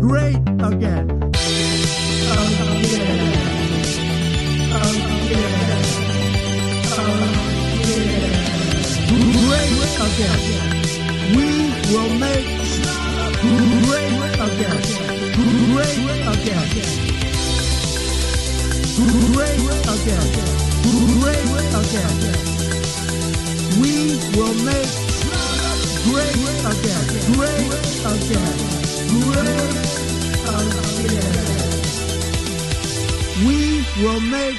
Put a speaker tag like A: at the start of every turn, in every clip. A: great again. Oh yeah. Oh yeah. great again. We will make great again. Great again. Great again. Great again. We will make great again. Great again. Great again. We will make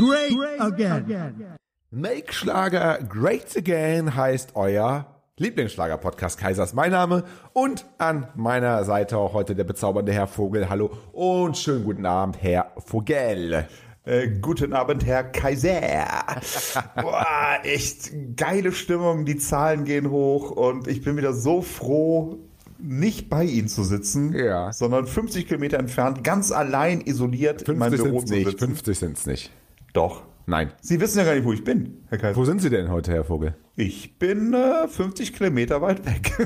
A: great again.
B: Make Schlager Great Again heißt euer Lieblingsschlager-Podcast Kaisers. Mein Name und an meiner Seite auch heute der bezaubernde Herr Vogel. Hallo und schönen guten Abend, Herr Vogel.
C: Äh, guten Abend, Herr Kaiser. Boah, echt geile Stimmung, die Zahlen gehen hoch und ich bin wieder so froh, nicht bei Ihnen zu sitzen,
B: Ja.
C: sondern 50 Kilometer entfernt, ganz allein isoliert in meinem
B: 50
C: Büro
B: sind's
C: zu
B: nicht.
C: sitzen.
B: 50 sind's nicht.
C: Doch.
B: Nein.
C: Sie wissen ja gar nicht, wo ich bin, Herr Kaiser.
B: Wo sind Sie denn heute, Herr Vogel?
C: Ich bin äh, 50 Kilometer weit weg.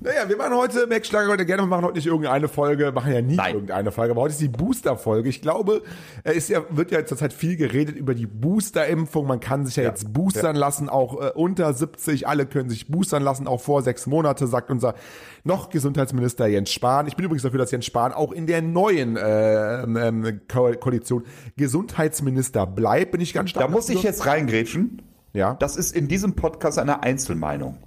B: Naja, wir machen heute Make Schlager heute gerne. Wir machen heute nicht irgendeine Folge, machen ja nie
C: Nein.
B: irgendeine Folge, aber heute ist die Booster-Folge. Ich glaube, äh, ist ja, wird ja zurzeit viel geredet über die Booster-Impfung. Man kann sich ja, jetzt boostern lassen, auch äh, unter 70. Alle können sich boostern lassen, auch vor sechs Monate, sagt unser noch Gesundheitsminister Jens Spahn. Ich bin übrigens dafür, dass Jens Spahn auch in der neuen äh, ähm, Ko Koalition Gesundheitsminister bleibt. Bin ich ganz stark.
C: Da muss ich jetzt reingrätschen.
B: Ja.
C: Das ist in diesem Podcast eine Einzelmeinung.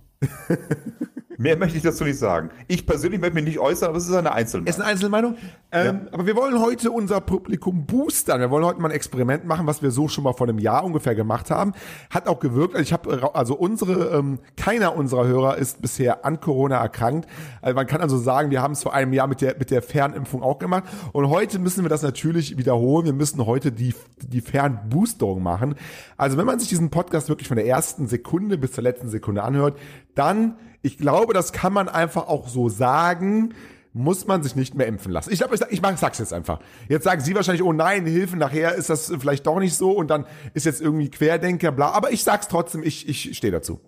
C: Mehr möchte ich dazu nicht sagen. Ich persönlich möchte mich nicht äußern, aber es ist eine Einzelmeinung.
B: Ist eine Einzelmeinung. Ähm, Aber wir wollen heute unser Publikum boostern. Wir wollen heute mal ein Experiment machen, was wir so schon mal vor einem Jahr ungefähr gemacht haben. Hat auch gewirkt. Also Ich habe äh, also unsere ähm, keiner unserer Hörer ist bisher an Corona erkrankt. Also man kann also sagen, wir haben es vor einem Jahr mit der mit der Fernimpfung auch gemacht. Und heute müssen wir das natürlich wiederholen. Wir müssen heute die die Fernboosterung machen. Also wenn man sich diesen Podcast wirklich von der ersten Sekunde bis zur letzten Sekunde anhört, dann ich glaube, das kann man einfach auch so sagen muss man sich nicht mehr impfen lassen. Ich glaube, ich, sag, ich mach- sag's jetzt einfach. Jetzt sagen Sie wahrscheinlich, oh nein, Hilfe, nachher ist das vielleicht doch nicht so und dann ist jetzt irgendwie Querdenker, bla. Aber ich sag's trotzdem, ich, ich stehe dazu.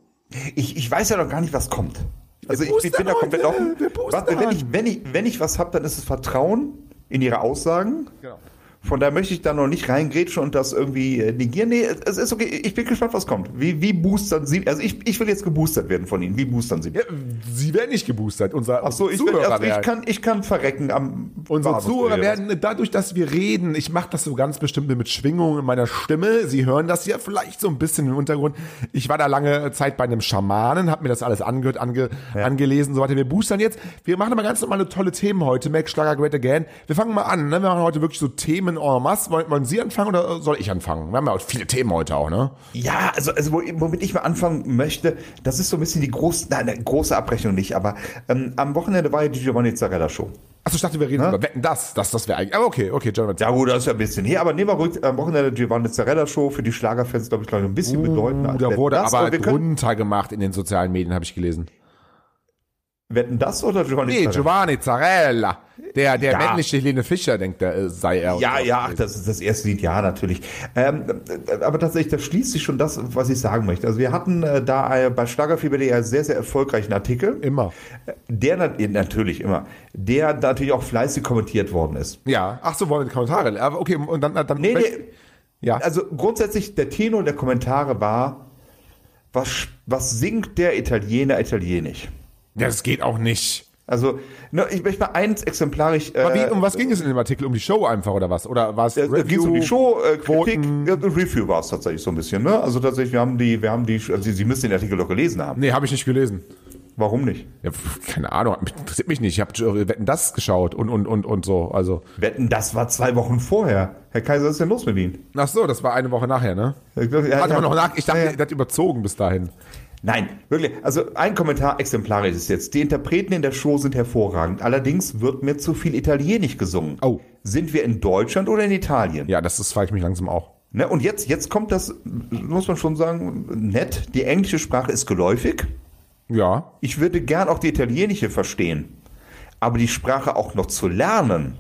C: Ich, ich weiß ja noch gar nicht, was kommt. Also ich, ich
B: boostern
C: bin da komplett
B: heute.
C: offen.
B: Wir boostern.
C: Warte, wenn, ich, wenn, ich, wenn ich was habe, dann ist es Vertrauen in Ihre Aussagen.
B: Genau.
C: Von da möchte ich da noch nicht reingrätschen und das irgendwie äh, negieren. Nee, es ist okay. Ich bin gespannt, was kommt. Wie, wie boostern Sie? Also ich, ich will jetzt geboostert werden von Ihnen. Wie boostern Sie?
B: Ja, Sie werden nicht geboostert. Unser,
C: Ach so, ich, will,
B: Zuhörer
C: also ich,
B: werden.
C: kann, ich kann verrecken am
B: Unsere
C: Bahnhof
B: Zuhörer
C: oder
B: werden dadurch, dass wir reden, ich mache das so ganz bestimmt mit Schwingungen in meiner Stimme. Sie hören das ja vielleicht so ein bisschen im Hintergrund. Ich war da lange Zeit bei einem Schamanen, habe mir das alles angehört, ange, angelesen und so weiter. Wir boostern jetzt. Wir machen aber ganz normale tolle Themen heute. Mac Schlager Great Again. Wir fangen mal an. Ne? Wir machen heute wirklich so Themen en masse. Wollen, wollen Sie anfangen oder soll ich anfangen? Wir haben ja auch viele Themen heute auch, ne?
C: Ja, also, also wo- womit ich mal anfangen möchte, das ist so ein bisschen die große, nein, eine große Abrechnung nicht, aber ähm, am Wochenende war ja die Giovanni Zarella Show.
B: Achso, ich dachte, wir reden
C: Ne?
B: über Wetten, das. Das, das wäre eigentlich. Aber okay, okay, John.
C: Ja gut, das ist ja ein bisschen her, aber nehmen wir ruhig am Wochenende die Giovanni Zarella Show für die Schlagerfans, glaube ich, glaube ich, ein bisschen bedeutender. als
B: Uh, Da
C: Wetten,
B: wurde
C: das,
B: aber
C: wir können,
B: runtergemacht in den sozialen Medien, habe ich gelesen.
C: Wetten das oder Giovanni
B: Nee,
C: Zarella?
B: Giovanni Zarella. Der, der
C: Ja.
B: männliche Helene Fischer denkt, er äh, sei er.
C: Ja,
B: Und-
C: ja, ach, das ist das erste Lied, ja, natürlich. Ähm, äh, aber tatsächlich, das schließt sich schon das, was ich sagen möchte. Also wir hatten äh, da äh, bei Schlagerfieber.de ja sehr, sehr erfolgreichen Artikel.
B: Immer.
C: Der nat eh, natürlich immer, der natürlich auch fleißig kommentiert worden ist.
B: Ja. Ach so, wollen wir die Kommentare? Aber okay, und dann, dann
C: Nee, nee,
B: ja.
C: also grundsätzlich der Tenor der Kommentare war, was, sch- was singt der Italiener italienisch?
B: Ja, das geht auch nicht.
C: Also, ne, ich möchte mal eins exemplarisch.
B: Aber wie,
C: äh,
B: um was ging es in dem Artikel? Um die Show einfach oder was? Oder war es
C: Ja, es ging um die Show, äh, Kritik,
B: Quoten.
C: ja, Review war es tatsächlich so ein bisschen, ne? Also tatsächlich, wir haben die, wir haben die, also Sie, Sie müssen den Artikel doch gelesen haben.
B: Nee, habe ich nicht gelesen.
C: Warum nicht?
B: Ja, pf, keine Ahnung, mich- interessiert mich nicht. Ich habe Wetten das geschaut und, und, und, und so. Also.
C: Wetten, das war zwei Wochen vorher. Herr Kaiser, was ist denn los mit Ihnen? Äh,
B: Ach so, das war eine Woche nachher, ne?
C: Er hat- er hat-
B: Hat man noch nach? Ich dachte,
C: Ja, ja.
B: der hat überzogen bis dahin.
C: Nein, wirklich. Also ein Kommentar exemplarisch ist jetzt. Die Interpreten in der Show sind hervorragend. Allerdings wird mir zu viel Italienisch gesungen.
B: Oh.
C: Sind wir in Deutschland oder in Italien?
B: Ja, das ist, frage ich mich langsam auch.
C: Ne, und jetzt, jetzt kommt das, muss man schon sagen, nett. Die englische Sprache ist geläufig.
B: Ja.
C: Ich würde gern auch die italienische verstehen. Aber die Sprache auch noch zu lernen,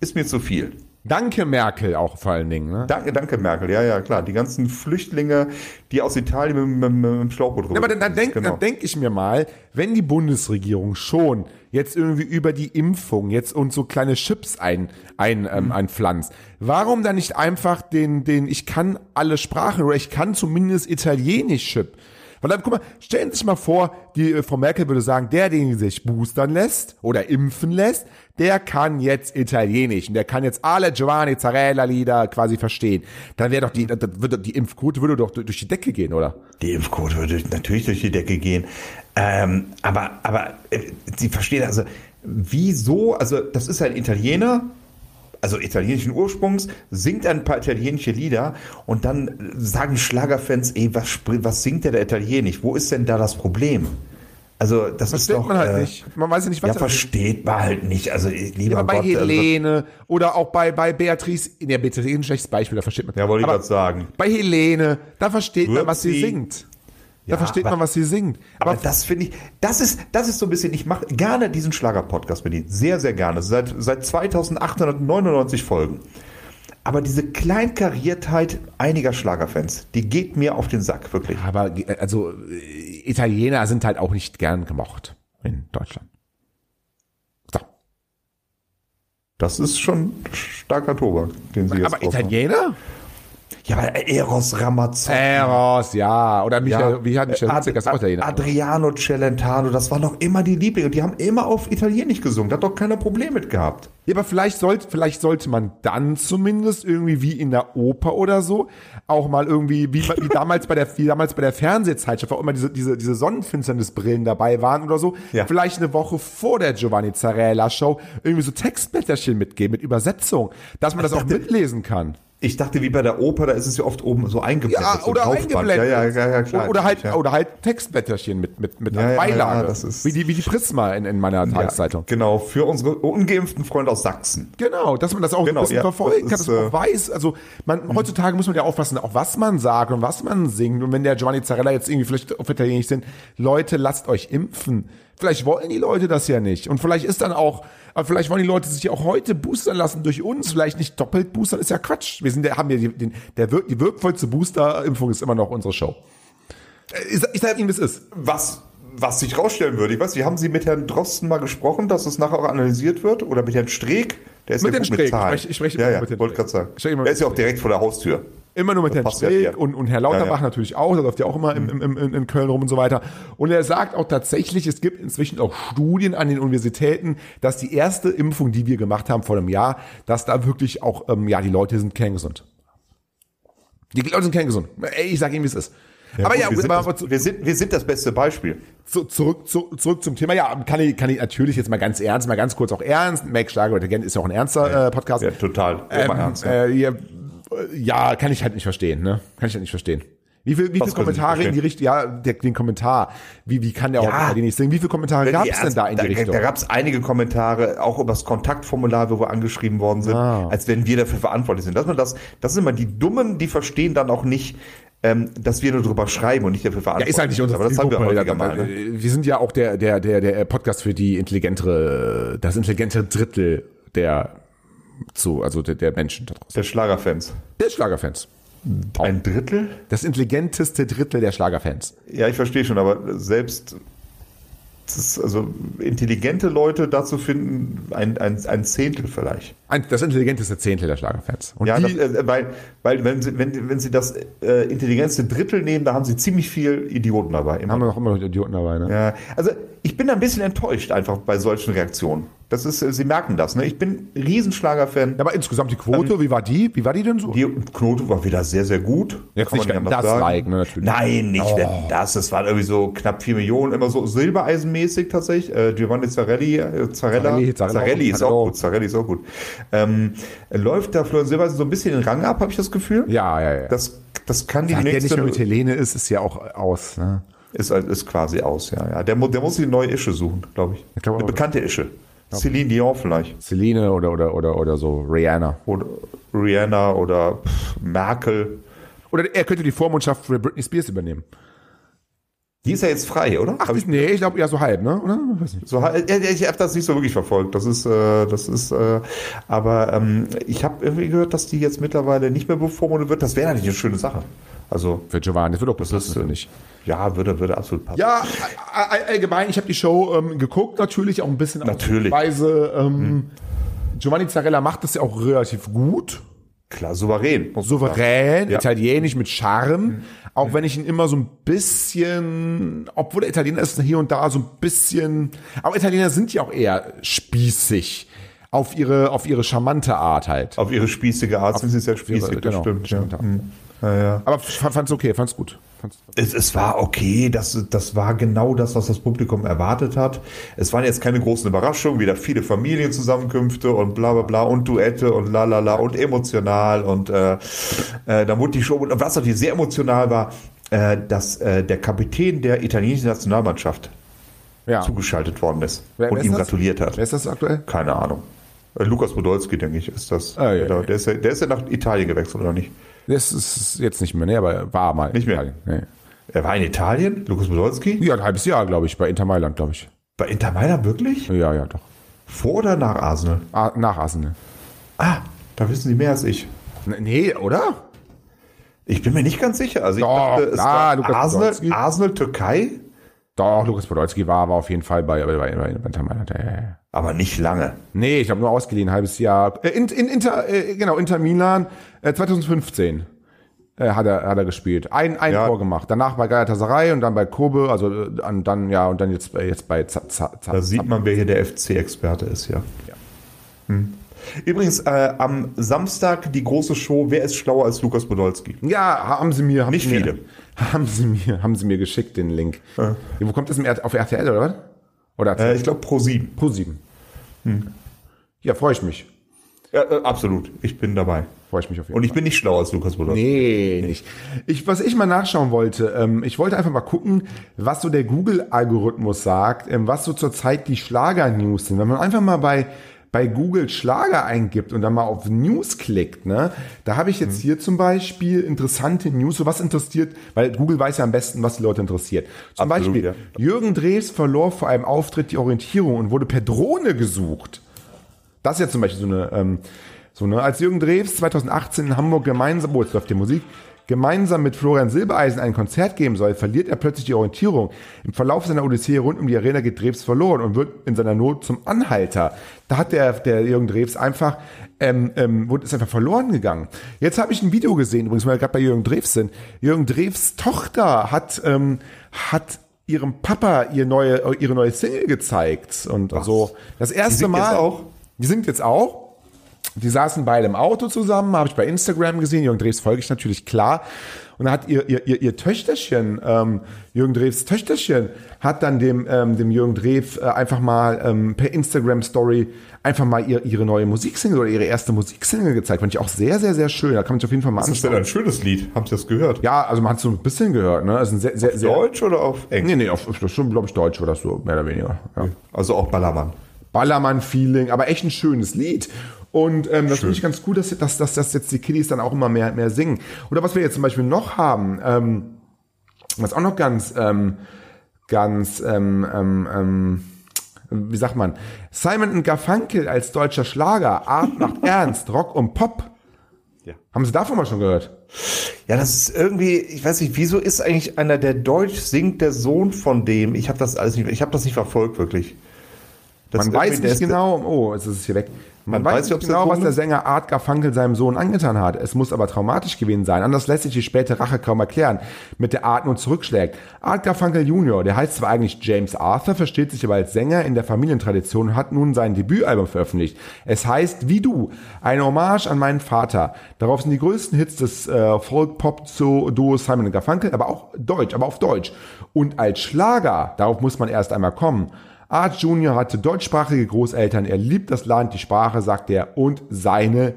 C: ist mir zu viel.
B: Danke, Merkel, auch vor allen Dingen. Ne?
C: Danke, danke, Merkel. Ja, ja, klar. Die ganzen Flüchtlinge, die aus Italien mit, mit, mit dem Schlauchboot
B: Ja, aber dann, dann
C: rübergekommen sind, Genau.
B: denke denk äh, ich mir mal, wenn die Bundesregierung schon jetzt irgendwie über die Impfung jetzt uns so kleine Chips ein, ein, ähm, einpflanzt, warum dann nicht einfach den, den ich kann alle Sprachen oder ich kann zumindest Italienisch Chip? Weil dann, guck mal, stellen Sie sich mal vor, die äh, Frau Merkel würde sagen, der, den sich boostern lässt oder impfen lässt, der kann jetzt Italienisch und der kann jetzt alle Giovanni Zarella-Lieder quasi verstehen. Dann wäre doch die, dann würde die Impfquote würde doch durch die Decke gehen, oder?
C: Die Impfquote würde durch- natürlich durch die Decke gehen. Ähm, aber, aber äh, Sie verstehen also, wieso, also das ist ein Italiener, also italienischen Ursprungs, singt ein paar italienische Lieder und dann sagen Schlagerfans, ey, was, spr- was singt der da italienisch? Wo ist denn da das Problem? Also das ist
B: Versteht
C: doch...
B: man halt
C: äh,
B: nicht. Man weiß ja nicht, was
C: Ja,
B: das
C: versteht man halt nicht. Also lieber
B: Ja, bei
C: Gott, also,
B: Helene oder auch bei, bei Beatrice. In der Beatrice ist ein schlechtes Beispiel, da versteht man.
C: Ja, wollte ich
B: Aber
C: grad sagen.
B: Bei Helene, da versteht man, was sie
C: Rübsi.
B: singt. Da
C: Ja,
B: versteht
C: aber-
B: man, was sie singt.
C: Aber das finde ich, das ist, das ist so ein bisschen, ich mache gerne diesen Schlager-Podcast mit Ihnen. Sehr, sehr gerne. Seit, seit 2899 Folgen. Aber diese Kleinkariertheit einiger Schlagerfans, die geht mir auf den Sack, wirklich.
B: aber also äh, Italiener sind halt auch nicht gern gemocht in Deutschland. So.
C: Das ist schon starker Tobak, den Sie jetzt
B: Aber
C: aufmachen.
B: Italiener?
C: Ja, aber Eros Ramazzotti.
B: Eros, ja. Oder Michael, Äh, wie hat Michael
C: Ad-
B: Hunziker ist auch
C: Ad-
B: Italiener.
C: Adriano Celentano, das waren doch immer die Lieblinge. Und die haben immer auf Italienisch gesungen. Da hat doch keiner Problem mit gehabt.
B: Ja, aber vielleicht sollte, vielleicht sollte man dann zumindest irgendwie wie in der Oper oder so auch mal irgendwie, wie, wie damals bei der, wie damals bei der Fernsehzeitschrift auch immer diese, diese, diese Sonnenfinsternisbrillen dabei waren oder so.
C: Ja.
B: Vielleicht eine Woche vor der Giovanni Zarella Show irgendwie so Textblätterchen mitgeben mit Übersetzung, dass man das auch mitlesen kann.
C: Ich dachte, wie bei der Oper, da ist es ja oft oben so eingeblendet.
B: Ja,
C: so ein
B: oder
C: Laufband.
B: eingeblendet.
C: Ja, ja, ja, ja, klar.
B: oder halt,
C: ja.
B: oder halt Textblätterchen mit, mit, mit
C: Ja,
B: einer
C: ja, ja,
B: Beilage.
C: das ist-
B: wie die, wie die Prisma in, in meiner Tageszeitung.
C: Ja, genau, für unsere ungeimpften Freunde aus Sachsen.
B: Genau, dass man das auch
C: Genau,
B: ein bisschen
C: ja,
B: verfolgen kann, dass
C: das ist,
B: man auch
C: äh, mhm.
B: weiß, also man, heutzutage muss man ja aufpassen, auch was man sagt und was man singt. Und wenn der Giovanni Zarella jetzt irgendwie vielleicht auf Italienisch sind, Leute, lasst euch impfen. Vielleicht wollen die Leute das ja nicht. Und vielleicht ist dann auch, aber vielleicht wollen die Leute sich ja auch heute boostern lassen durch uns. Vielleicht nicht doppelt boostern, ist ja Quatsch. Wir sind, der, haben ja die, den, der, wirk- die wirkvollste Boosterimpfung ist immer noch unsere Show. Äh, Ich, sag- ich sage Ihnen, wie es ist.
C: Was, was sich rausstellen würde, ich weiß, nicht, haben Sie mit Herrn Drosten mal gesprochen, dass es nachher auch analysiert wird? Oder mit Herrn Streeck? Der ist
B: Mit
C: ja
B: Herrn
C: gut
B: Streeck.
C: mit Zahlen.
B: Ich spreche- ich spreche
C: ja,
B: immer
C: ja,
B: mit Herrn
C: wollte
B: Streeck.
C: gerade sagen.
B: Ich spreche immer
C: der
B: mit
C: ist ja auch
B: Herrn
C: direkt vor der Haustür.
B: Immer nur mit Herrn
C: passt ja,
B: Streeck
C: ja.
B: und, und Herr Lauterbach
C: Ja, Mhm. ja.
B: natürlich auch, der läuft ja auch immer im, im, im, in- in Köln rum und so weiter. Und er sagt auch tatsächlich, es gibt inzwischen auch Studien an den Universitäten, dass die erste Impfung, die wir gemacht haben vor einem Jahr, dass da wirklich auch, ähm, ja, die Leute sind kerngesund. Die Leute sind kerngesund. Ey, ich sag Ihnen, wie es ist. aber
C: Gut,
B: Ah ja,
C: wir, sind
B: aber
C: das, wir, sind, wir sind das beste Beispiel.
B: zu, zurück, zu, zurück zum Thema. Ja, kann ich, kann ich natürlich jetzt mal ganz ernst, mal ganz kurz auch ernst. Max Schlager ist ja auch ein ernster äh, Podcast.
C: Ja, total. Immer
B: Ähm,
C: ernst. ja.
B: äh, ja, äh, ja, kann ich halt nicht verstehen, ne? Kann ich halt nicht verstehen. Wie viel, wie
C: Was
B: viel
C: können Sie
B: Kommentare in die Richtung, ja, der, den Kommentar, wie, wie kann der
C: Ja. Äh,
B: auch die nicht singen? Wie viele Kommentare gab es
C: Ja,
B: denn da in die
C: Da,
B: Richtung?
C: da gab es einige Kommentare, auch über das Kontaktformular, wo wir angeschrieben worden sind,
B: Ah.
C: als wenn wir dafür verantwortlich sind. Dass man das, das sind immer die Dummen, die verstehen dann auch nicht, ähm, dass wir nur drüber schreiben und nicht dafür
B: Ja,
C: verantwortlich
B: ist halt nicht
C: sind.
B: unser
C: Aber das haben wir häufiger mal. Ne?
B: äh, Wir sind ja auch der, der, der, der äh, Podcast für die intelligentere, das intelligente Drittel der zu, also der, der Menschen da draußen.
C: Der Schlagerfans.
B: Der Schlagerfans.
C: Ein Drittel?
B: Das intelligenteste Drittel der Schlagerfans.
C: Ja, ich verstehe schon, aber selbst das ist also intelligente Leute dazu finden, ein, ein, ein Zehntel vielleicht.
B: Ein, das intelligenteste Zehntel der Schlagerfans. Und
C: Ja,
B: die,
C: das, äh, weil, weil wenn, sie, wenn, wenn sie das äh, intelligenteste Drittel nehmen, da haben sie ziemlich viel Idioten dabei. Immer.
B: haben wir noch immer noch Idioten dabei, ne?
C: Ja, also ich bin da ein bisschen enttäuscht einfach bei solchen Reaktionen. Das ist, äh, Sie merken das, ne? Ich bin Riesenschlager-Fan.
B: Aber insgesamt die Quote, wie war die? Wie war Ähm, die denn so?
C: Die Knote war wieder sehr, sehr gut.
B: Jetzt
C: Kann man
B: nicht
C: anders
B: das
C: sagen.
B: Like, ne, natürlich.
C: Nein, nicht wenn das. Das waren irgendwie so knapp 4 Millionen, immer so silbereisenmäßig tatsächlich. Äh, Giovanni Zarelli, äh, Zarella.
B: Zarelli,
C: Zarelli,
B: Zarella
C: ist
B: auch.
C: auch gut. Zarelli ist auch gut. Ähm, läuft da Florian Silbereisen so ein bisschen den Rang ab, habe ich das Gefühl.
B: Ja, ja, ja.
C: Das, das kann die
B: Seit der
C: nächste...
B: nicht mehr mit Helene ist, ist ja auch aus. Ne?
C: Ist, äh, ist quasi aus, ja. ja. Der, mu- der muss sich eine neue Ische suchen, glaube ich.
B: Ich glaub
C: eine
B: auch.
C: bekannte Ische. Celine Dion vielleicht.
B: Celine oder, oder, oder, oder so, Rihanna.
C: Oder Rihanna oder pff, Merkel.
B: Oder er könnte die Vormundschaft für Britney Spears übernehmen.
C: Die ist ja jetzt frei, oder?
B: Ach, ich, nee, ich glaube eher so halb, ne? Oder? Weiß nicht.
C: So, halt- ja, ja, ich habe das nicht so wirklich verfolgt. Das ist, äh, das ist, äh, aber ähm, ich habe irgendwie gehört, dass die jetzt mittlerweile nicht mehr bevormundet wird. Das wäre eigentlich eine schöne Sache. Also,
B: Für Giovanni, das wird auch
C: das
B: passen,
C: ist,
B: finde ich.
C: ja, würde, würde absolut passen.
B: Ja, all- all- allgemein, ich habe die Show ähm, geguckt, natürlich auch ein bisschen auf
C: Natürlich.
B: die Weise. Ähm, Giovanni Zarella macht das ja auch relativ gut.
C: Klar, souverän. muss man sagen.
B: Souverän,
C: Ja. Mhm.
B: italienisch mit Charme. Auch wenn ich ihn immer so ein bisschen, obwohl der Italiener ist hier und da so ein bisschen, aber Italiener sind ja auch eher spießig. Auf ihre, auf ihre charmante Art halt.
C: Auf ihre spießige Art sind sie sehr
B: ihre- genau,
C: spießig, das stimmt. Ja.
B: charmante Art.
C: Mhm. Ja, ja.
B: Aber f- fand's okay, fand's gut. Fand's
C: Es, es war okay, das, das war genau das, was das Publikum erwartet hat. Es waren jetzt keine großen Überraschungen, wieder viele Familienzusammenkünfte und bla bla bla und Duette und la la la und emotional und äh, äh, dann wurde die Show, und was natürlich sehr emotional war, äh, dass äh, der Kapitän der italienischen Nationalmannschaft
B: ja.
C: zugeschaltet worden ist
B: Wer- wer
C: und
B: ist
C: ihm
B: das?
C: gratuliert hat.
B: Wer ist das aktuell?
C: Keine Ahnung. Äh, Lukas Podolski, denke ich, ist das.
B: Ah, ja,
C: der,
B: ja.
C: der, ist ja, der ist ja nach Italien gewechselt, oder nicht?
B: Das ist jetzt nicht mehr, ne, aber war mal.
C: Nicht mehr.
B: Italien, Nee.
C: Er war in Italien? Lukas Podolski?
B: Ja, ein halbes Jahr, glaube ich, bei Inter Mailand, glaube ich.
C: Bei Inter Mailand wirklich?
B: Ja, ja, doch.
C: Vor oder nach Arsenal?
B: Ah, nach Arsenal.
C: Ah, da wissen Sie mehr als ich.
B: N- Nee, oder?
C: Ich bin mir nicht ganz sicher. Also ich
B: Doch,
C: dachte, es
B: klar,
C: war
B: Lukas
C: Arsenal,
B: Podolski.
C: Arsenal, Türkei,
B: Doch, Lukas Podolski war, war auf jeden Fall bei, bei, bei, bei Inter Mailand. Ja, ja, ja.
C: aber nicht lange.
B: Nee, ich habe nur ausgeliehen, ein halbes Jahr. Äh, in, in, Inter, äh, genau, Inter Milan äh, 2015 äh, hat, er, hat er gespielt. Ein, ein
C: Ja.
B: Tor gemacht. Danach bei Galatasaray und dann bei Kobe, also äh, und dann, ja, und dann jetzt, bei- jetzt bei Zap, Zap, Zap.
C: Da sieht man, wer hier der FC-Experte ist, ja.
B: Ja.
C: Hm. Übrigens, äh, am Samstag die große Show, wer ist schlauer als Lukas Podolski?
B: Ja, haben sie mir. Haben
C: Nicht
B: sie mir,
C: viele.
B: Haben sie mir, haben sie mir geschickt, den Link. Ja. Wo kommt das? Im R auf RTL oder was? Oder
C: Äh, hm. ich glaube Pro 7.
B: Pro 7. Ja, freue ich mich.
C: Ja, äh, absolut, ich bin dabei.
B: Freue ich mich auf jeden
C: Und ich
B: Fall.
C: bin nicht schlauer als Lukas Podolski.
B: Nee, nicht. Ich, was ich mal nachschauen wollte, ähm, ich wollte einfach mal gucken, was so der Google-Algorithmus sagt, ähm, was so zurzeit die Schlager-News sind. Wenn man einfach mal bei, bei Google Schlager eingibt und dann mal auf News klickt, ne, da habe ich
C: Mhm.
B: jetzt hier zum Beispiel interessante News, so was interessiert, weil Google weiß ja am besten, was die Leute interessiert. Zum
C: Absolut,
B: Beispiel,
C: ja.
B: Jürgen Drews verlor vor einem Auftritt die Orientierung und wurde per Drohne gesucht. Das ist ja zum Beispiel so eine, ähm, so eine, als Jürgen Drews 2018 in Hamburg gemeinsam, oh, jetzt läuft die Musik, gemeinsam mit Florian Silbereisen ein Konzert geben soll, verliert er plötzlich die Orientierung. Im Verlauf seiner Odyssee rund um die Arena geht Drews verloren und wird in seiner Not zum Anhalter. Da hat der, der Jürgen Drews einfach, ähm, ähm, wurde, ist einfach verloren gegangen. Jetzt habe ich ein Video gesehen, übrigens, weil wir gerade bei Jürgen Drews sind. Jürgen Drews Tochter hat, ähm, hat ihrem Papa ihr neue, ihre neue Single gezeigt und so. Das erste
C: singt jetzt
B: Mal.
C: auch?
B: Die singt jetzt auch. Die saßen beide im Auto zusammen, habe ich bei Instagram gesehen. Jürgen Drews folge ich natürlich klar. Und da hat ihr, ihr, ihr, ihr Töchterchen, ähm, Jürgen Drews Töchterchen, hat dann dem, ähm, dem Jürgen Drews äh, einfach mal ähm, per Instagram Story einfach mal ihr, ihre neue Musiksingle oder ihre erste Musiksingle gezeigt. Fand ich auch sehr, sehr, sehr schön. Da kann man sich auf jeden Fall mal
C: Das ist denn
B: anschauen.
C: ein schönes Lied, haben Sie das gehört?
B: Ja, also man hat so ein bisschen gehört, ne? Das ist ein sehr, sehr, sehr.
C: Deutsch oder auf Englisch?
B: Nee, nee, auf, das ist schon, glaube ich, Deutsch oder so, mehr oder weniger. Ja.
C: Also auch Ballermann.
B: Ballermann-Feeling, aber echt ein schönes Lied. Und ähm, das finde ich ganz cool, dass, dass, dass, dass jetzt die Kiddies dann auch immer mehr, mehr singen. Oder was wir jetzt zum Beispiel noch haben, ähm, was auch noch ganz, ähm, ganz, ähm, ähm, ähm, wie sagt man, Simon und Garfunkel als deutscher Schlager, Art macht Ernst, Rock und Pop.
C: Ja.
B: Haben Sie davon mal schon gehört?
C: Ja, das ist irgendwie, ich weiß nicht, wieso ist eigentlich einer, der Deutsch singt, der Sohn von dem? Ich habe das alles nicht, ich habe das nicht verfolgt, wirklich. Das
B: Man
C: ist
B: weiß
C: irgendwie-
B: nicht
C: der ist-
B: genau, oh, jetzt ist es hier weg. Man,
C: Man weiß
B: weiß
C: nicht,
B: nicht
C: ob's
B: genau,
C: der
B: was
C: Sohn
B: der
C: ist.
B: Sänger Art Garfunkel seinem Sohn angetan hat. Es muss aber traumatisch gewesen sein. Anders lässt sich die späte Rache kaum erklären, mit der Art nun zurückschlägt. Art Garfunkel Jr., der heißt zwar eigentlich James Arthur, versteht sich aber als Sänger in der Familientradition und hat nun sein Debütalbum veröffentlicht. Es heißt Wie du, eine Hommage an meinen Vater. Darauf sind die größten Hits des äh, Folk-Pop-Duos Simon und Garfunkel, aber auch deutsch, aber auf Deutsch. Und als Schlager, darauf muss man erst einmal kommen. Art Junior hatte deutschsprachige Großeltern. Er liebt das Land, die Sprache, sagt er, und seine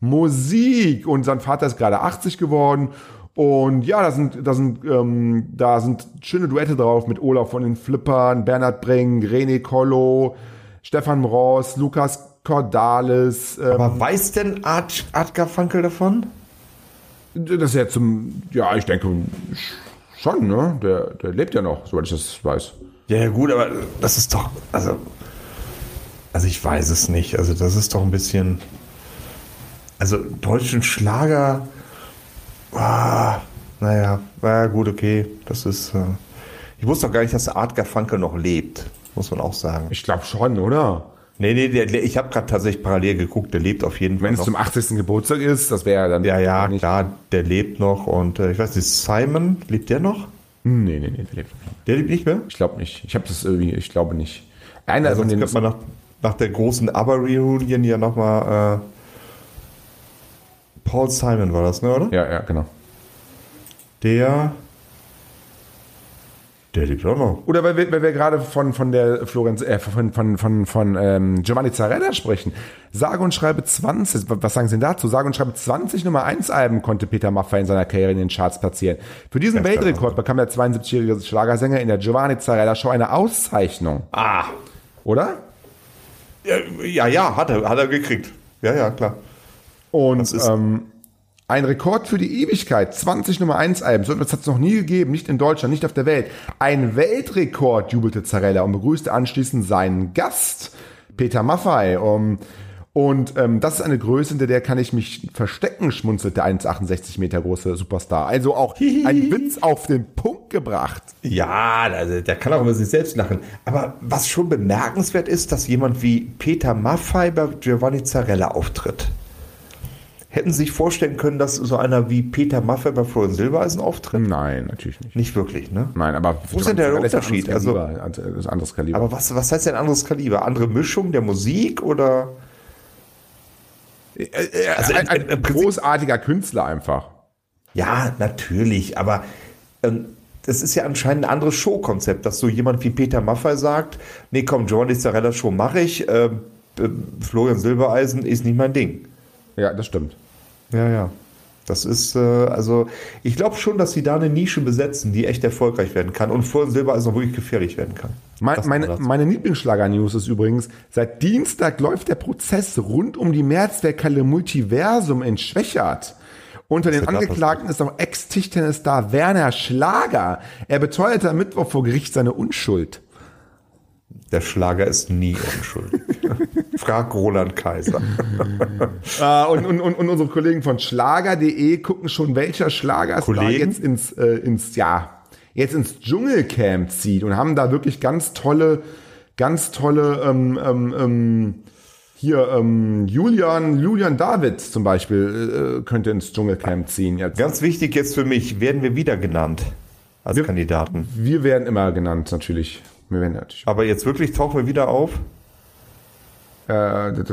B: Musik. Und sein Vater ist gerade 80 geworden. Und ja, da sind, da sind, ähm, da sind schöne Duette drauf mit Olaf von den Flippern, Bernhard Brink, René Collo, Stefan Ross, Lukas Cordalis. Ähm,
C: Aber weiß denn Art, Art Garfunkel davon?
B: das ist ja zum, ja, ich denke, Schon, ne? Der, der lebt ja noch, soweit ich das weiß.
C: Ja, ja, gut, aber das ist doch, also, also ich weiß es nicht. Also das ist doch ein bisschen, also deutschen Schlager, ah, naja, na gut, okay, das ist, äh, ich wusste doch gar nicht, dass Art Garfunkel noch lebt, muss man auch sagen.
B: Ich glaube schon, oder?
C: Nee, nee, der, ich habe gerade tatsächlich parallel geguckt, der lebt auf jeden Fall
B: Wenn es
C: noch.
B: zum 80. Geburtstag ist, das wäre ja dann.
C: ja, ja,
B: nicht-
C: klar, der lebt noch und äh, ich weiß nicht, Simon, lebt der noch?
B: Nee, nee, nee, der lebt.
C: Der lebt nicht mehr?
B: Ich glaube nicht. Ich habe das irgendwie, ich glaube nicht. Einer
C: Also
B: von
C: sonst
B: den.
C: könnte man nach, nach der großen ABBA-Reunion ja nochmal äh, Paul Simon war das, ne, oder?
B: Ja, ja, genau.
C: Der der lebt auch noch.
B: Oder weil wir, weil wir gerade von, von der Florenz, äh, von, von, von, von ähm, Giovanni Zarella sprechen. Sage und schreibe 20, wa- was sagen Sie denn dazu? Sage und schreibe 20 Nummer 1 Alben konnte Peter Maffay in seiner Karriere in den Charts platzieren. Für diesen
C: Ja,
B: Weltrekord bekam der 72-jährige Schlagersänger in der Giovanni Zarella Show eine Auszeichnung.
C: Ah.
B: Oder?
C: Ja, ja, ja, hat er, hat er gekriegt. Ja, ja, klar.
B: Und
C: ist-
B: ähm, ein Rekord für die Ewigkeit. 20 Nummer 1 Alben. So etwas hat es noch nie gegeben. Nicht in Deutschland, nicht auf der Welt. Ein Weltrekord, jubelte Zarella und begrüßte anschließend seinen Gast, Peter Maffay. Um, und ähm, das ist eine Größe, hinter der kann ich mich verstecken, schmunzelt der 1,68 Meter große Superstar. Also auch ein Witz auf den Punkt gebracht.
C: Ja, also der kann auch über sich selbst lachen. Aber was schon bemerkenswert ist, dass jemand wie Peter Maffay bei Giovanni Zarella auftritt. Hätten Sie sich vorstellen können, dass so einer wie Peter Maffay bei Florian Silbereisen auftritt?
B: Nein, natürlich nicht.
C: Nicht wirklich, ne?
B: Nein, aber
C: Wo ist denn der
B: Zarella ist ein
C: Unterschied? Also-
B: anderes Kaliber, ein anderes Kaliber.
C: Aber was, was heißt denn anderes Kaliber? Andere Mischung der Musik oder? Also
B: ein,
C: im-
B: ein,
C: im- im
B: ein
C: Prinzip-
B: großartiger Künstler einfach.
C: Ja, natürlich, aber ähm, das ist ja anscheinend ein anderes Showkonzept, dass so jemand wie Peter Maffay sagt, nee komm, Giovanni Zarella Show mache ich, ähm, ähm, Florian Silbereisen ist nicht mein Ding.
B: Ja, das stimmt.
C: Ja, ja. Das ist, äh, also ich glaube schon, dass sie da eine Nische besetzen, die echt erfolgreich werden kann und Florian Silbereisen auch wirklich gefährlich werden kann.
B: Mein,
C: Das-
B: meine
C: das-
B: meine Lieblingsschlager-News ist übrigens, seit Dienstag läuft der Prozess rund um die Märzwerkhalle Multiversum in Schwächert. Unter den
C: ist denn da
B: Angeklagten ist auch Ex-Tischtennis-Star Werner Schlager. Er beteuerte am Mittwoch vor Gericht seine Unschuld.
C: Der Schlager ist nie unschuldig. Frag Roland Kaiser.
B: Ah, und, und, und, und unsere Kollegen von Schlager.de gucken schon, welcher Schlagerstar
C: Kollegen?
B: jetzt ins, äh, ins, ja, jetzt ins Dschungelcamp zieht und haben da wirklich ganz tolle, ganz tolle, ähm, ähm, ähm, hier, ähm, Julian, Julian David zum Beispiel äh, könnte ins Dschungelcamp ziehen. Jetzt.
C: Ganz wichtig jetzt für mich, werden wir wieder genannt als Kandidaten.
B: Wir werden immer genannt, natürlich. Wir werden natürlich.
C: Aber jetzt wirklich tauchen wir wieder auf.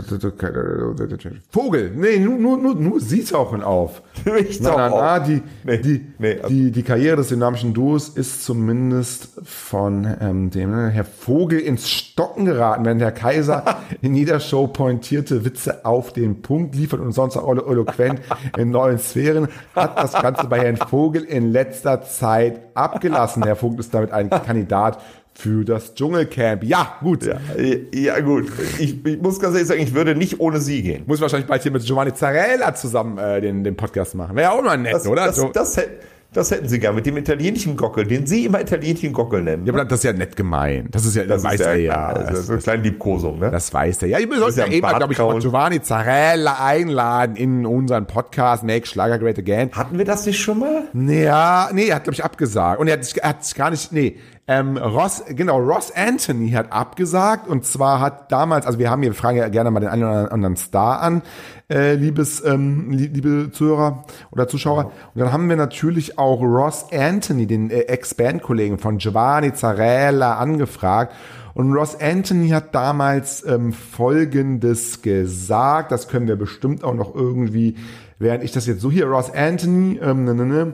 B: Äh, Vogel, nee, nur, nur, nur, nur sie tauchen auf.
C: Ich
B: Na,
C: tauch
B: na, na,
C: auf.
B: die,
C: Nee,
B: die,
C: nee, also-
B: die, die Karriere des dynamischen Duos ist zumindest von ähm, dem äh, Herr Vogel ins Stocken geraten, während Herr Kaiser in jeder Show pointierte Witze auf den Punkt liefert und sonst auch elo- eloquent in neuen Sphären, hat das Ganze bei Herrn Vogel in letzter Zeit abgelassen. Herr Vogel ist damit ein Kandidat für das Dschungelcamp. Ja, gut.
C: Äh, Ja gut, ich, ich muss ganz ehrlich sagen, ich würde nicht ohne sie gehen.
B: Muss wahrscheinlich bald hier mit Giovanni Zarella zusammen äh, den, den Podcast machen. Wäre ja auch mal nett,
C: Das,
B: oder?
C: das,
B: So-
C: das, hätt- das hätten sie gern mit dem italienischen Gockel, den sie immer italienischen Gockel nennen.
B: Ja, aber das ist ja nett gemeint. Das ist ja, das, weiß er ja.
C: Also, das
B: Das,
C: ist eine kleine Liebkosung. Ne?
B: das weiß er. Ja, wir sollten
C: ja
B: ja
C: ein
B: eben, glaube ich, mal
C: Bartkauen.
B: Giovanni Zarella einladen in unseren Podcast Make Schlager Great Again.
C: Hatten wir das nicht schon mal?
B: Ja, nee, er hat, glaube ich, abgesagt. Und er hat, sich- er hat sich gar nicht, nee, ähm, Ross, genau, Ross Anthony hat abgesagt. Und zwar hat damals, also wir haben hier, wir fragen ja gerne mal den einen oder anderen Star an, äh, liebes, ähm, lie- liebe Zuhörer oder Zuschauer. Und dann haben wir natürlich auch Ross Anthony, den äh, Ex-Band-Kollegen von Giovanni Zarella, angefragt. Und Ross Anthony hat damals ähm, Folgendes gesagt, das können wir bestimmt auch noch irgendwie, während ich das jetzt so hier, Ross Anthony, ähm, ne, ne, ne,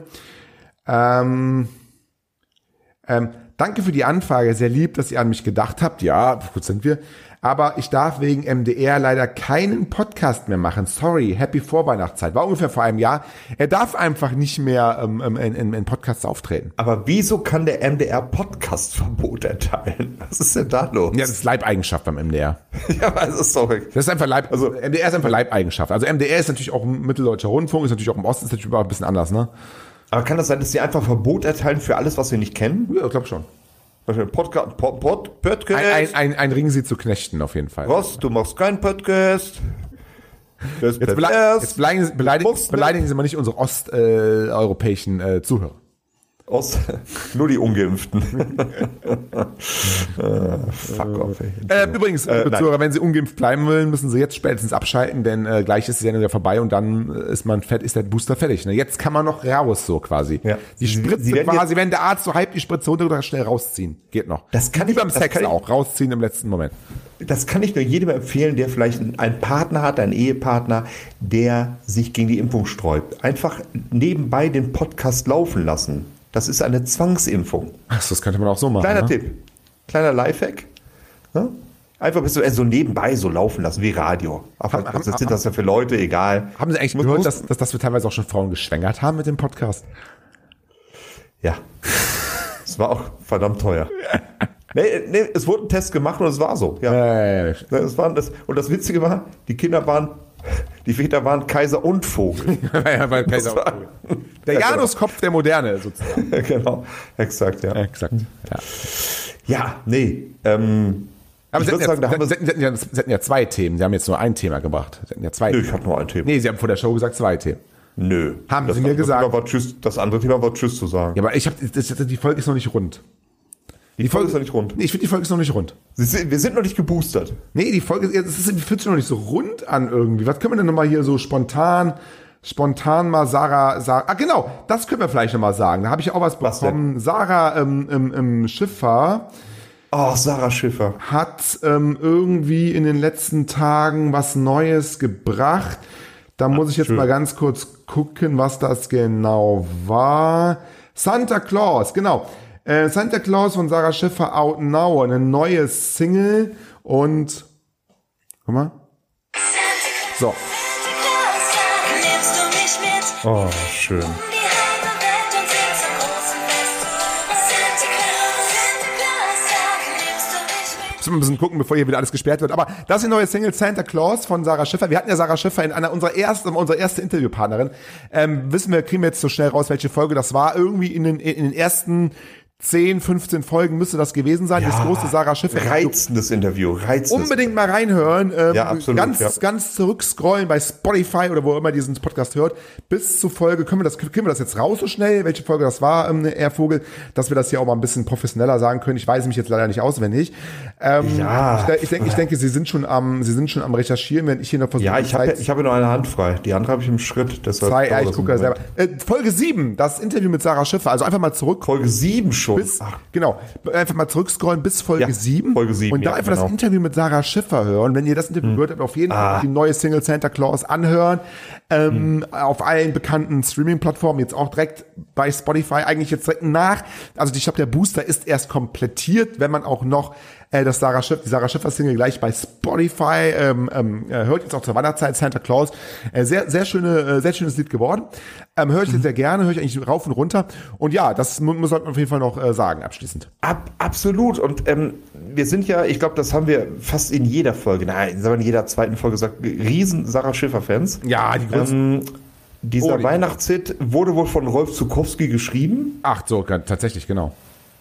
B: ähm, ähm, danke für die Anfrage, sehr lieb, dass ihr an mich gedacht habt, ja, gut sind wir, aber ich darf wegen MDR leider keinen Podcast mehr machen, sorry, happy Vorweihnachtszeit, war ungefähr vor einem Jahr, er darf einfach nicht mehr ähm, ähm, in, in, in Podcasts auftreten.
C: Aber wieso kann der MDR Podcast-Verbot erteilen? Was ist denn da los?
B: Ja, das ist Leibeigenschaft beim MDR.
C: ja aber es ist doch...
B: Das ist einfach Leib, also
C: Also-
B: MDR ist einfach Leibeigenschaft. Also MDR ist natürlich auch ein mitteldeutscher Rundfunk, ist natürlich auch im Osten, ist natürlich auch ein bisschen anders, ne?
C: Aber kann das sein, dass sie einfach Verbot erteilen für alles, was wir nicht kennen?
B: Ja, ich glaube schon.
C: Podcast, Pod, Pod,
B: Ein, ein,
C: Podcast.
B: ein, ein Ring sie zu knechten auf jeden Fall.
C: Ross, du machst keinen Podcast. Das
B: Jetzt, belei
C: Podcast.
B: jetzt beleidigen, Sie- beleidigen,
C: Muss-
B: beleidigen Sie mal nicht unsere osteuropäischen äh, europäischen, äh, Zuhörer.
C: Aus, nur die Ungeimpften. Ah, fuck off, ey.
B: Äh, übrigens, liebe
C: Genau. nein.
B: Zuhörer, wenn Sie ungeimpft bleiben wollen, müssen Sie jetzt spätestens abschalten, denn äh, gleich ist die Sendung ja vorbei und dann äh, ist man fett, ist der Booster fertig. Ne? Jetzt kann man noch raus, so quasi.
C: Ja.
B: Die
C: Sie-
B: Spritze
C: Sie werden
B: quasi, wenn der Arzt so halb die Spritze runter oder schnell rausziehen. Geht noch.
C: Das kann
B: Wie
C: ich-
B: beim
C: das
B: Sex
C: kann ich-
B: auch. Rausziehen im letzten Moment.
C: Das kann ich nur jedem empfehlen, der vielleicht einen Partner hat, einen Ehepartner, der sich gegen die Impfung sträubt. Einfach nebenbei den Podcast laufen lassen. Das ist eine Zwangsimpfung.
B: Achso, das könnte man auch so machen.
C: Kleiner
B: ne?
C: Tipp. Kleiner Lifehack. Ne? Einfach bist du so nebenbei so laufen lassen, wie Radio. Ach,
B: Haben-
C: was
B: haben-
C: sind das denn für Leute? Egal.
B: Haben Sie eigentlich
C: Muss-
B: gehört,
C: muss-
B: dass, dass, dass wir teilweise auch schon Frauen geschwängert haben mit dem Podcast?
C: Ja. Es war auch verdammt teuer. Nee, nee, es wurde ein Test gemacht und es war so. Ja.
B: Äh,
C: Ne, Es waren das, und das Witzige war, die Kinder waren, die Väter waren Kaiser und Vogel.
B: ja, weil Kaiser-
C: war-
B: der
C: Ja, genau.
B: Januskopf der Moderne sozusagen.
C: genau, exakt, ja.
B: Exakt. Ja.
C: Ja, nee. Ähm,
B: Aber
C: ich
B: sie
C: würde
B: hätten,
C: sagen, da
B: ja,
C: haben
B: sie,
C: wir.
B: hätten, sie, hätten ja, sie hätten ja zwei Themen. Sie haben jetzt nur ein Thema gebracht. Sie hätten ja zwei.
C: Nö, ich habe nur ein Thema.
B: Nee, sie haben vor der Show gesagt zwei Themen.
C: Nö.
B: Haben
C: das
B: Sie mir
C: andere
B: gesagt.
C: Thema War tschüss, das andere Thema war Tschüss zu sagen.
B: Ja, aber ich habe die Folge ist noch nicht rund. Die,
C: ist noch nicht rund.
B: Nee, ich finde die Folge ist noch nicht rund.
C: Sie sind- Wir sind noch nicht geboostert.
B: Nee, die Folge ja, das ist das fühlt sich noch nicht so rund an irgendwie. Was können wir denn noch mal hier so spontan spontan mal Sarah sagen? Ah genau, das können wir vielleicht noch mal sagen. Da habe ich auch was
C: Was denn?
B: bekommen. Sarah ähm, ähm, ähm, Schiffer
C: Oh, Sarah Schiffer.
B: hat ähm, irgendwie in den letzten Tagen was Neues gebracht. Da muss ich jetzt mal ganz kurz gucken, was das genau war. Santa Claus, genau. Äh, Santa Claus von Sarah Schiffer Out Now, eine neue Single und guck mal. So,
C: Oh, schön.
B: müssen wir ein bisschen gucken, bevor hier wieder alles gesperrt wird. Aber das ist die neue Single Santa Claus von Sarah Schiffer. Wir hatten ja Sarah Schiffer in einer unserer ersten, unsere erste Interviewpartnerin. Ähm, wissen wir, kriegen wir jetzt so schnell raus, welche Folge das war. Irgendwie in den, in den ersten 10, 15 Folgen müsste das gewesen sein. Das große Sarah Schiffer.
C: Reizendes Interview. Reizendes.
B: Unbedingt mal reinhören. Ähm,
C: Ja, absolut,
B: Ganz,
C: ja.
B: ganz zurückscrollen bei Spotify oder wo immer ihr diesen Podcast hört. Bis zur Folge. Können wir das, kriegen wir das jetzt raus so schnell, welche Folge das war, ähm, Herr Vogel, dass wir das hier auch mal ein bisschen professioneller sagen können. Ich weiß mich jetzt leider nicht auswendig. Ähm,
C: Ja.
B: Ich, de- ich denke, ich denke, Sie sind schon am, Sie sind schon am Recherchieren, wenn ich hier noch versuche.
C: Ja, ich habe
B: Zeit-
C: ich hab ja nur eine Hand frei. Die andere habe ich im Schritt. Deshalb
B: Zeit- ja,
C: dauert
B: ich
C: das
B: gucke ja
C: einen
B: selber.
C: Moment.
B: Äh, Folge 7, das Interview mit Sarah Schiffer. Also einfach mal zurück.
C: Folge 7 schon.
B: bis,
C: Ach,
B: genau, einfach mal zurückscrollen bis Folge
C: Ja,
B: 7.
C: Folge sieben,
B: Und da
C: ja,
B: einfach das
C: genau. Hm. Ah.
B: Interview mit Sarah Schiffer hören. Wenn ihr das Interview gehört habt, auf jeden Fall die neue Single Santa Claus anhören. Ähm,
C: Hm.
B: Auf allen bekannten Streaming-Plattformen, jetzt auch direkt bei Spotify, eigentlich jetzt direkt nach. Also ich glaube, der Booster ist erst komplettiert, wenn man auch noch äh, das Sarah Schiff, die Sarah Schiffer Single gleich bei Spotify ähm, ähm, äh, hört jetzt auch zur Wanderzeit Santa Claus äh, sehr sehr schöne äh, sehr schönes Lied geworden ähm, höre ich
C: Mhm.
B: sehr gerne höre ich eigentlich rauf und runter und ja das mu- muss sollte man auf jeden Fall noch äh, sagen abschließend
C: Ab, absolut. Und ähm, wir sind ja, ich glaube, das haben wir fast in jeder Folge, nein, sagen wir in jeder zweiten Folge gesagt, riesen Sarah Schiffer-Fans.
B: ja die größten
C: Dieser
B: Oh, die-
C: Weihnachtshit wurde wohl von Rolf Zukowski geschrieben.
B: acht so ja, tatsächlich genau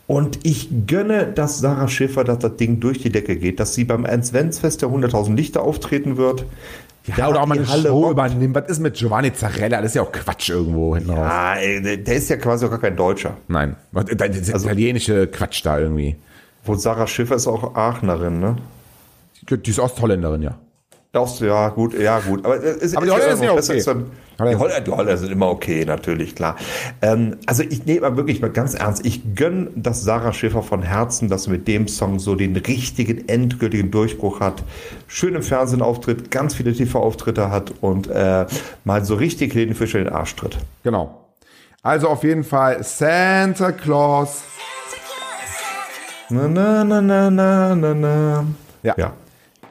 C: Und ich gönne, dass Sarah Schiffer, dass das Ding durch die Decke geht, dass sie beim Ernst-Wenz-Fest der 100.000 Lichter auftreten wird.
B: ja, oder auch mal
C: die
B: eine
C: Halle
B: Show
C: rockt.
B: übernehmen was ist mit Giovanni Zarella das ist ja auch Quatsch irgendwo hinten raus
C: Ah, ey, der ist ja quasi auch gar kein Deutscher.
B: nein Was- das ist
C: Also
B: italienische Quatsch da irgendwie
C: Wo Sarah Schiffer ist auch Aachenerin, ne?
B: die die ist Osthalländerin ja
C: Darfst du, ja, gut, ja, gut. Aber, es ist,
B: Aber die
C: ist
B: Holländer
C: ja
B: sind ja
C: noch besser
B: okay.
C: als beim- Die Holländer, die Holländer sind immer okay, natürlich, klar. Ähm, also ich nehme aber wirklich mal ganz ernst, ich gönne das Sarah Schäfer von Herzen, dass sie mit dem Song so den richtigen, endgültigen Durchbruch hat. Schön im Fernsehen auftritt, ganz viele TV-Auftritte hat und äh, mal so richtig den Fisch in den Arsch tritt.
B: genau also auf jeden Fall Santa Claus
C: Na, na, na, na, na, na, na. Ja,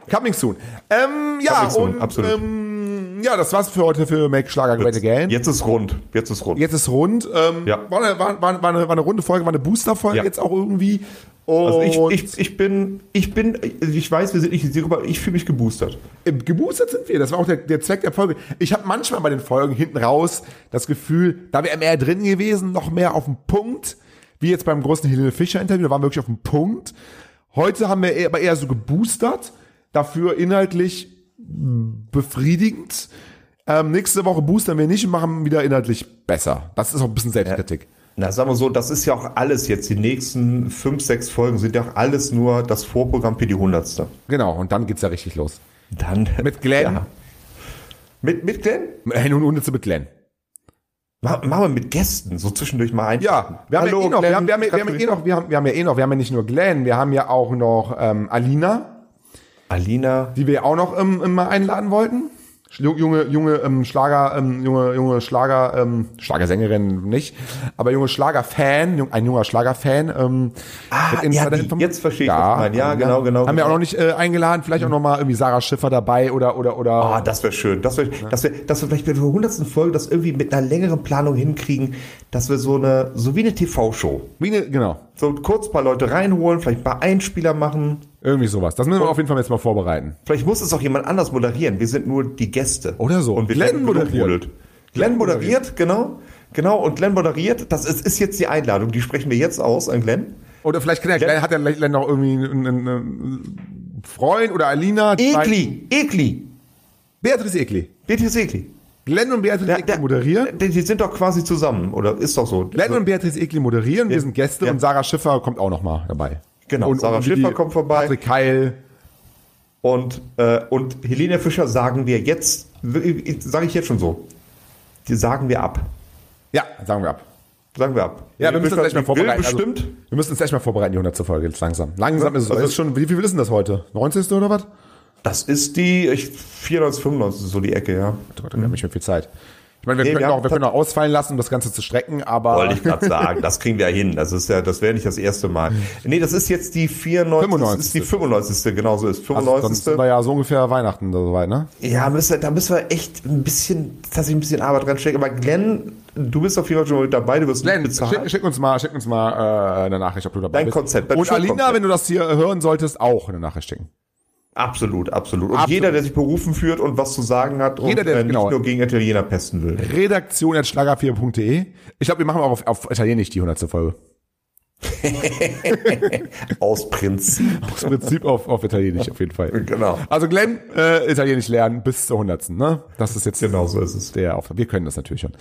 B: Coming soon. Ähm, ja,
C: Coming soon,
B: und,
C: absolut.
B: Ähm, ja, das war's für heute für Make Schlager Great Again.
C: Jetzt ist rund, jetzt ist rund.
B: Jetzt ist rund. Ähm,
C: Ja.
B: war, eine, war, war, war, eine, war eine runde Folge, war eine Booster-Folge
C: Ja.
B: jetzt auch irgendwie.
C: Also
B: Und-
C: ich, ich, ich bin, ich bin, ich weiß, wir sind nicht die Zielgruppe, aber ich fühle mich geboostert.
B: Im Geboostert sind wir. Das war auch der, der Zweck der Folge. Ich habe manchmal bei den Folgen hinten raus das Gefühl, da wäre mehr drin gewesen, noch mehr auf den Punkt. Wie jetzt beim großen Helene Fischer Interview, da waren wir wirklich auf den Punkt. Heute haben wir eher- aber eher so geboostert, dafür inhaltlich befriedigend. Ähm, nächste Woche boostern wir nicht und machen wieder inhaltlich besser. Das ist auch ein bisschen Selbstkritik.
C: Na, sagen wir so, das ist ja auch alles jetzt. Die nächsten fünf, sechs Folgen sind ja auch alles nur das Vorprogramm für die Hundertste.
B: Genau, und dann geht's ja richtig los.
C: Dann.
B: Mit Glenn.
C: Ja. Mit, mit Glenn?
B: Hey, nun ohne zu beklennen.
C: Ma- Machen wir mit Gästen so zwischendurch mal ein.
B: Ja, wir haben
C: Hallo,
B: ja eh noch, wir
C: Glenn,
B: haben, wir haben, wir haben,
C: kannst
B: eh
C: du-
B: noch, wir haben, wir haben ja eh noch, wir haben ja nicht nur Glenn, wir haben ja auch noch ähm, Alina,
C: Alina.
B: die wir ja auch noch ähm, ähm, mal einladen wollten. Sch- ju- Junge, junge ähm, Schlager, ähm, junge, junge Schlager, ähm, Schlagersängerin nicht, aber junge Schlagerfan, jung, ein junger Schlagerfan. Ähm,
C: Ah,
B: mit
C: ja,
B: Insider-
C: die, jetzt verstehe ich, was du meinst. Ja,
B: Alina.
C: genau, genau.
B: Haben wir
C: genau. Mhm.
B: auch noch nicht äh, eingeladen, vielleicht auch noch mal irgendwie Sarah Schiffer dabei oder oder oder.
C: Ah, das wäre schön. Das wär, dass, wir, dass wir vielleicht mit der 100. Folge das irgendwie mit einer längeren Planung hinkriegen, dass wir so eine, so wie eine TV-Show,
B: Wie eine, genau,
C: so kurz ein paar Leute reinholen, vielleicht ein paar Einspieler machen.
B: irgendwie sowas. Das müssen wir auf jeden Fall jetzt mal vorbereiten.
C: Vielleicht muss es auch jemand anders moderieren. Wir sind nur die Gäste.
B: Oder so.
C: Und wir
B: Glenn
C: werden genug
B: moderiert.
C: moderiert. Glenn moderiert, genau. Genau, und Glenn moderiert. Das ist, ist jetzt die Einladung. Die sprechen wir jetzt aus an Glenn.
B: Oder vielleicht kann der Glenn, hat der Glenn noch irgendwie einen, einen, einen Freund oder Alina. Zwei-
C: Ekli, Ekli.
B: Beatrice Ekli.
C: BTS Ekli.
B: Glenn und Beatrice
C: Ja,
B: Ekli
C: ja.
B: moderieren.
C: Die, die sind doch quasi zusammen, oder? Ist doch so.
B: Glenn und Beatrice Ekli moderieren. Wir sind Gäste
C: Ja.
B: und Sarah Schiffer kommt auch noch mal dabei.
C: Genau,
B: und,
C: Sarah
B: und
C: Schiffer
B: die-
C: kommt vorbei.
B: Patrick Keil.
C: Und, äh, und Helene Fischer sagen wir jetzt, sage ich jetzt schon so, die sagen wir ab.
B: Ja, sagen wir ab.
C: Sagen wir ab.
B: Ja, wir müssen uns
C: Fischer-
B: gleich mal
C: will
B: vorbereiten.
C: Bestimmt.
B: Also, wir müssen uns gleich mal vorbereiten, die 100. Folge jetzt langsam. Langsam ist es.
C: Also-
B: Also, ist schon, wie viel ist denn das heute? 90. oder was? Oh
C: das ist die ich, 94, 95, so die Ecke, ja.
B: Oh Gott, da haben wir nicht mehr viel Zeit. Ich meine, wir,
C: Nee,
B: können,
C: wir
B: auch,
C: haben-
B: wir können auch ausfallen lassen, um das Ganze zu strecken, aber.
C: Wollte ich gerade sagen, das kriegen wir hin. Das ist ja, das wäre nicht das erste Mal.
B: Mhm.
C: Nee, das ist jetzt die 94. Das ist die 95. Genau so ist.
B: also, sonst
C: 95.
B: sind wir ja so ungefähr Weihnachten da soweit, ne?
C: ja, müssen, wir- da müssen wir echt ein bisschen, tatsächlich ein bisschen Arbeit reinstecken. Aber Glenn, du bist auf jeden Fall schon mal mit dabei, du wirst
B: Glenn,
C: nicht bezahlt.
B: schick, schick uns mal, schick uns mal äh, eine Nachricht, ob du dabei
C: Dein
B: bist.
C: Konzept, dein
B: Und Alina,
C: Schulkonzept.
B: wenn du das hier hören solltest, auch eine Nachricht schicken.
C: Absolut, absolut. Und
B: Absolut.
C: jeder, der sich berufen fühlt und was zu sagen hat und
B: Jeder, der-
C: äh, nicht
B: genau.
C: nur gegen Italiener pesten will.
B: Redaktion at schlager4.de. Ich glaube, wir machen auch auf, auf Italienisch die 100. Folge.
C: Aus Prinzip.
B: Aus Prinzip auf, auf Italienisch auf jeden Fall.
C: Genau.
B: Also Glenn, äh, Italienisch lernen bis zur 100. Ne? Das ist jetzt
C: Genau so ist es.
B: der Auftrag. Wir können das natürlich schon.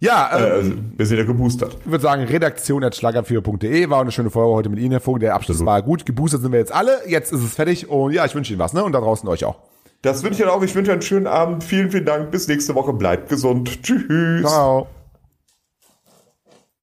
B: Ja, äh,
C: Also, wir sind ja geboostert.
B: ich würde sagen, Redaktion at schlager4.de. War eine schöne Folge heute mit Ihnen, Herr Vogel. Der Abschluss war gut. Geboostet sind wir jetzt alle. Jetzt ist es fertig. Und ja, ich wünsche Ihnen was. ne? Und da draußen euch auch.
C: Das wünsche ich euch auch. Ich wünsche euch einen schönen Abend. Vielen, vielen Dank. Bis nächste Woche. Bleibt gesund. Tschüss.
B: Ciao.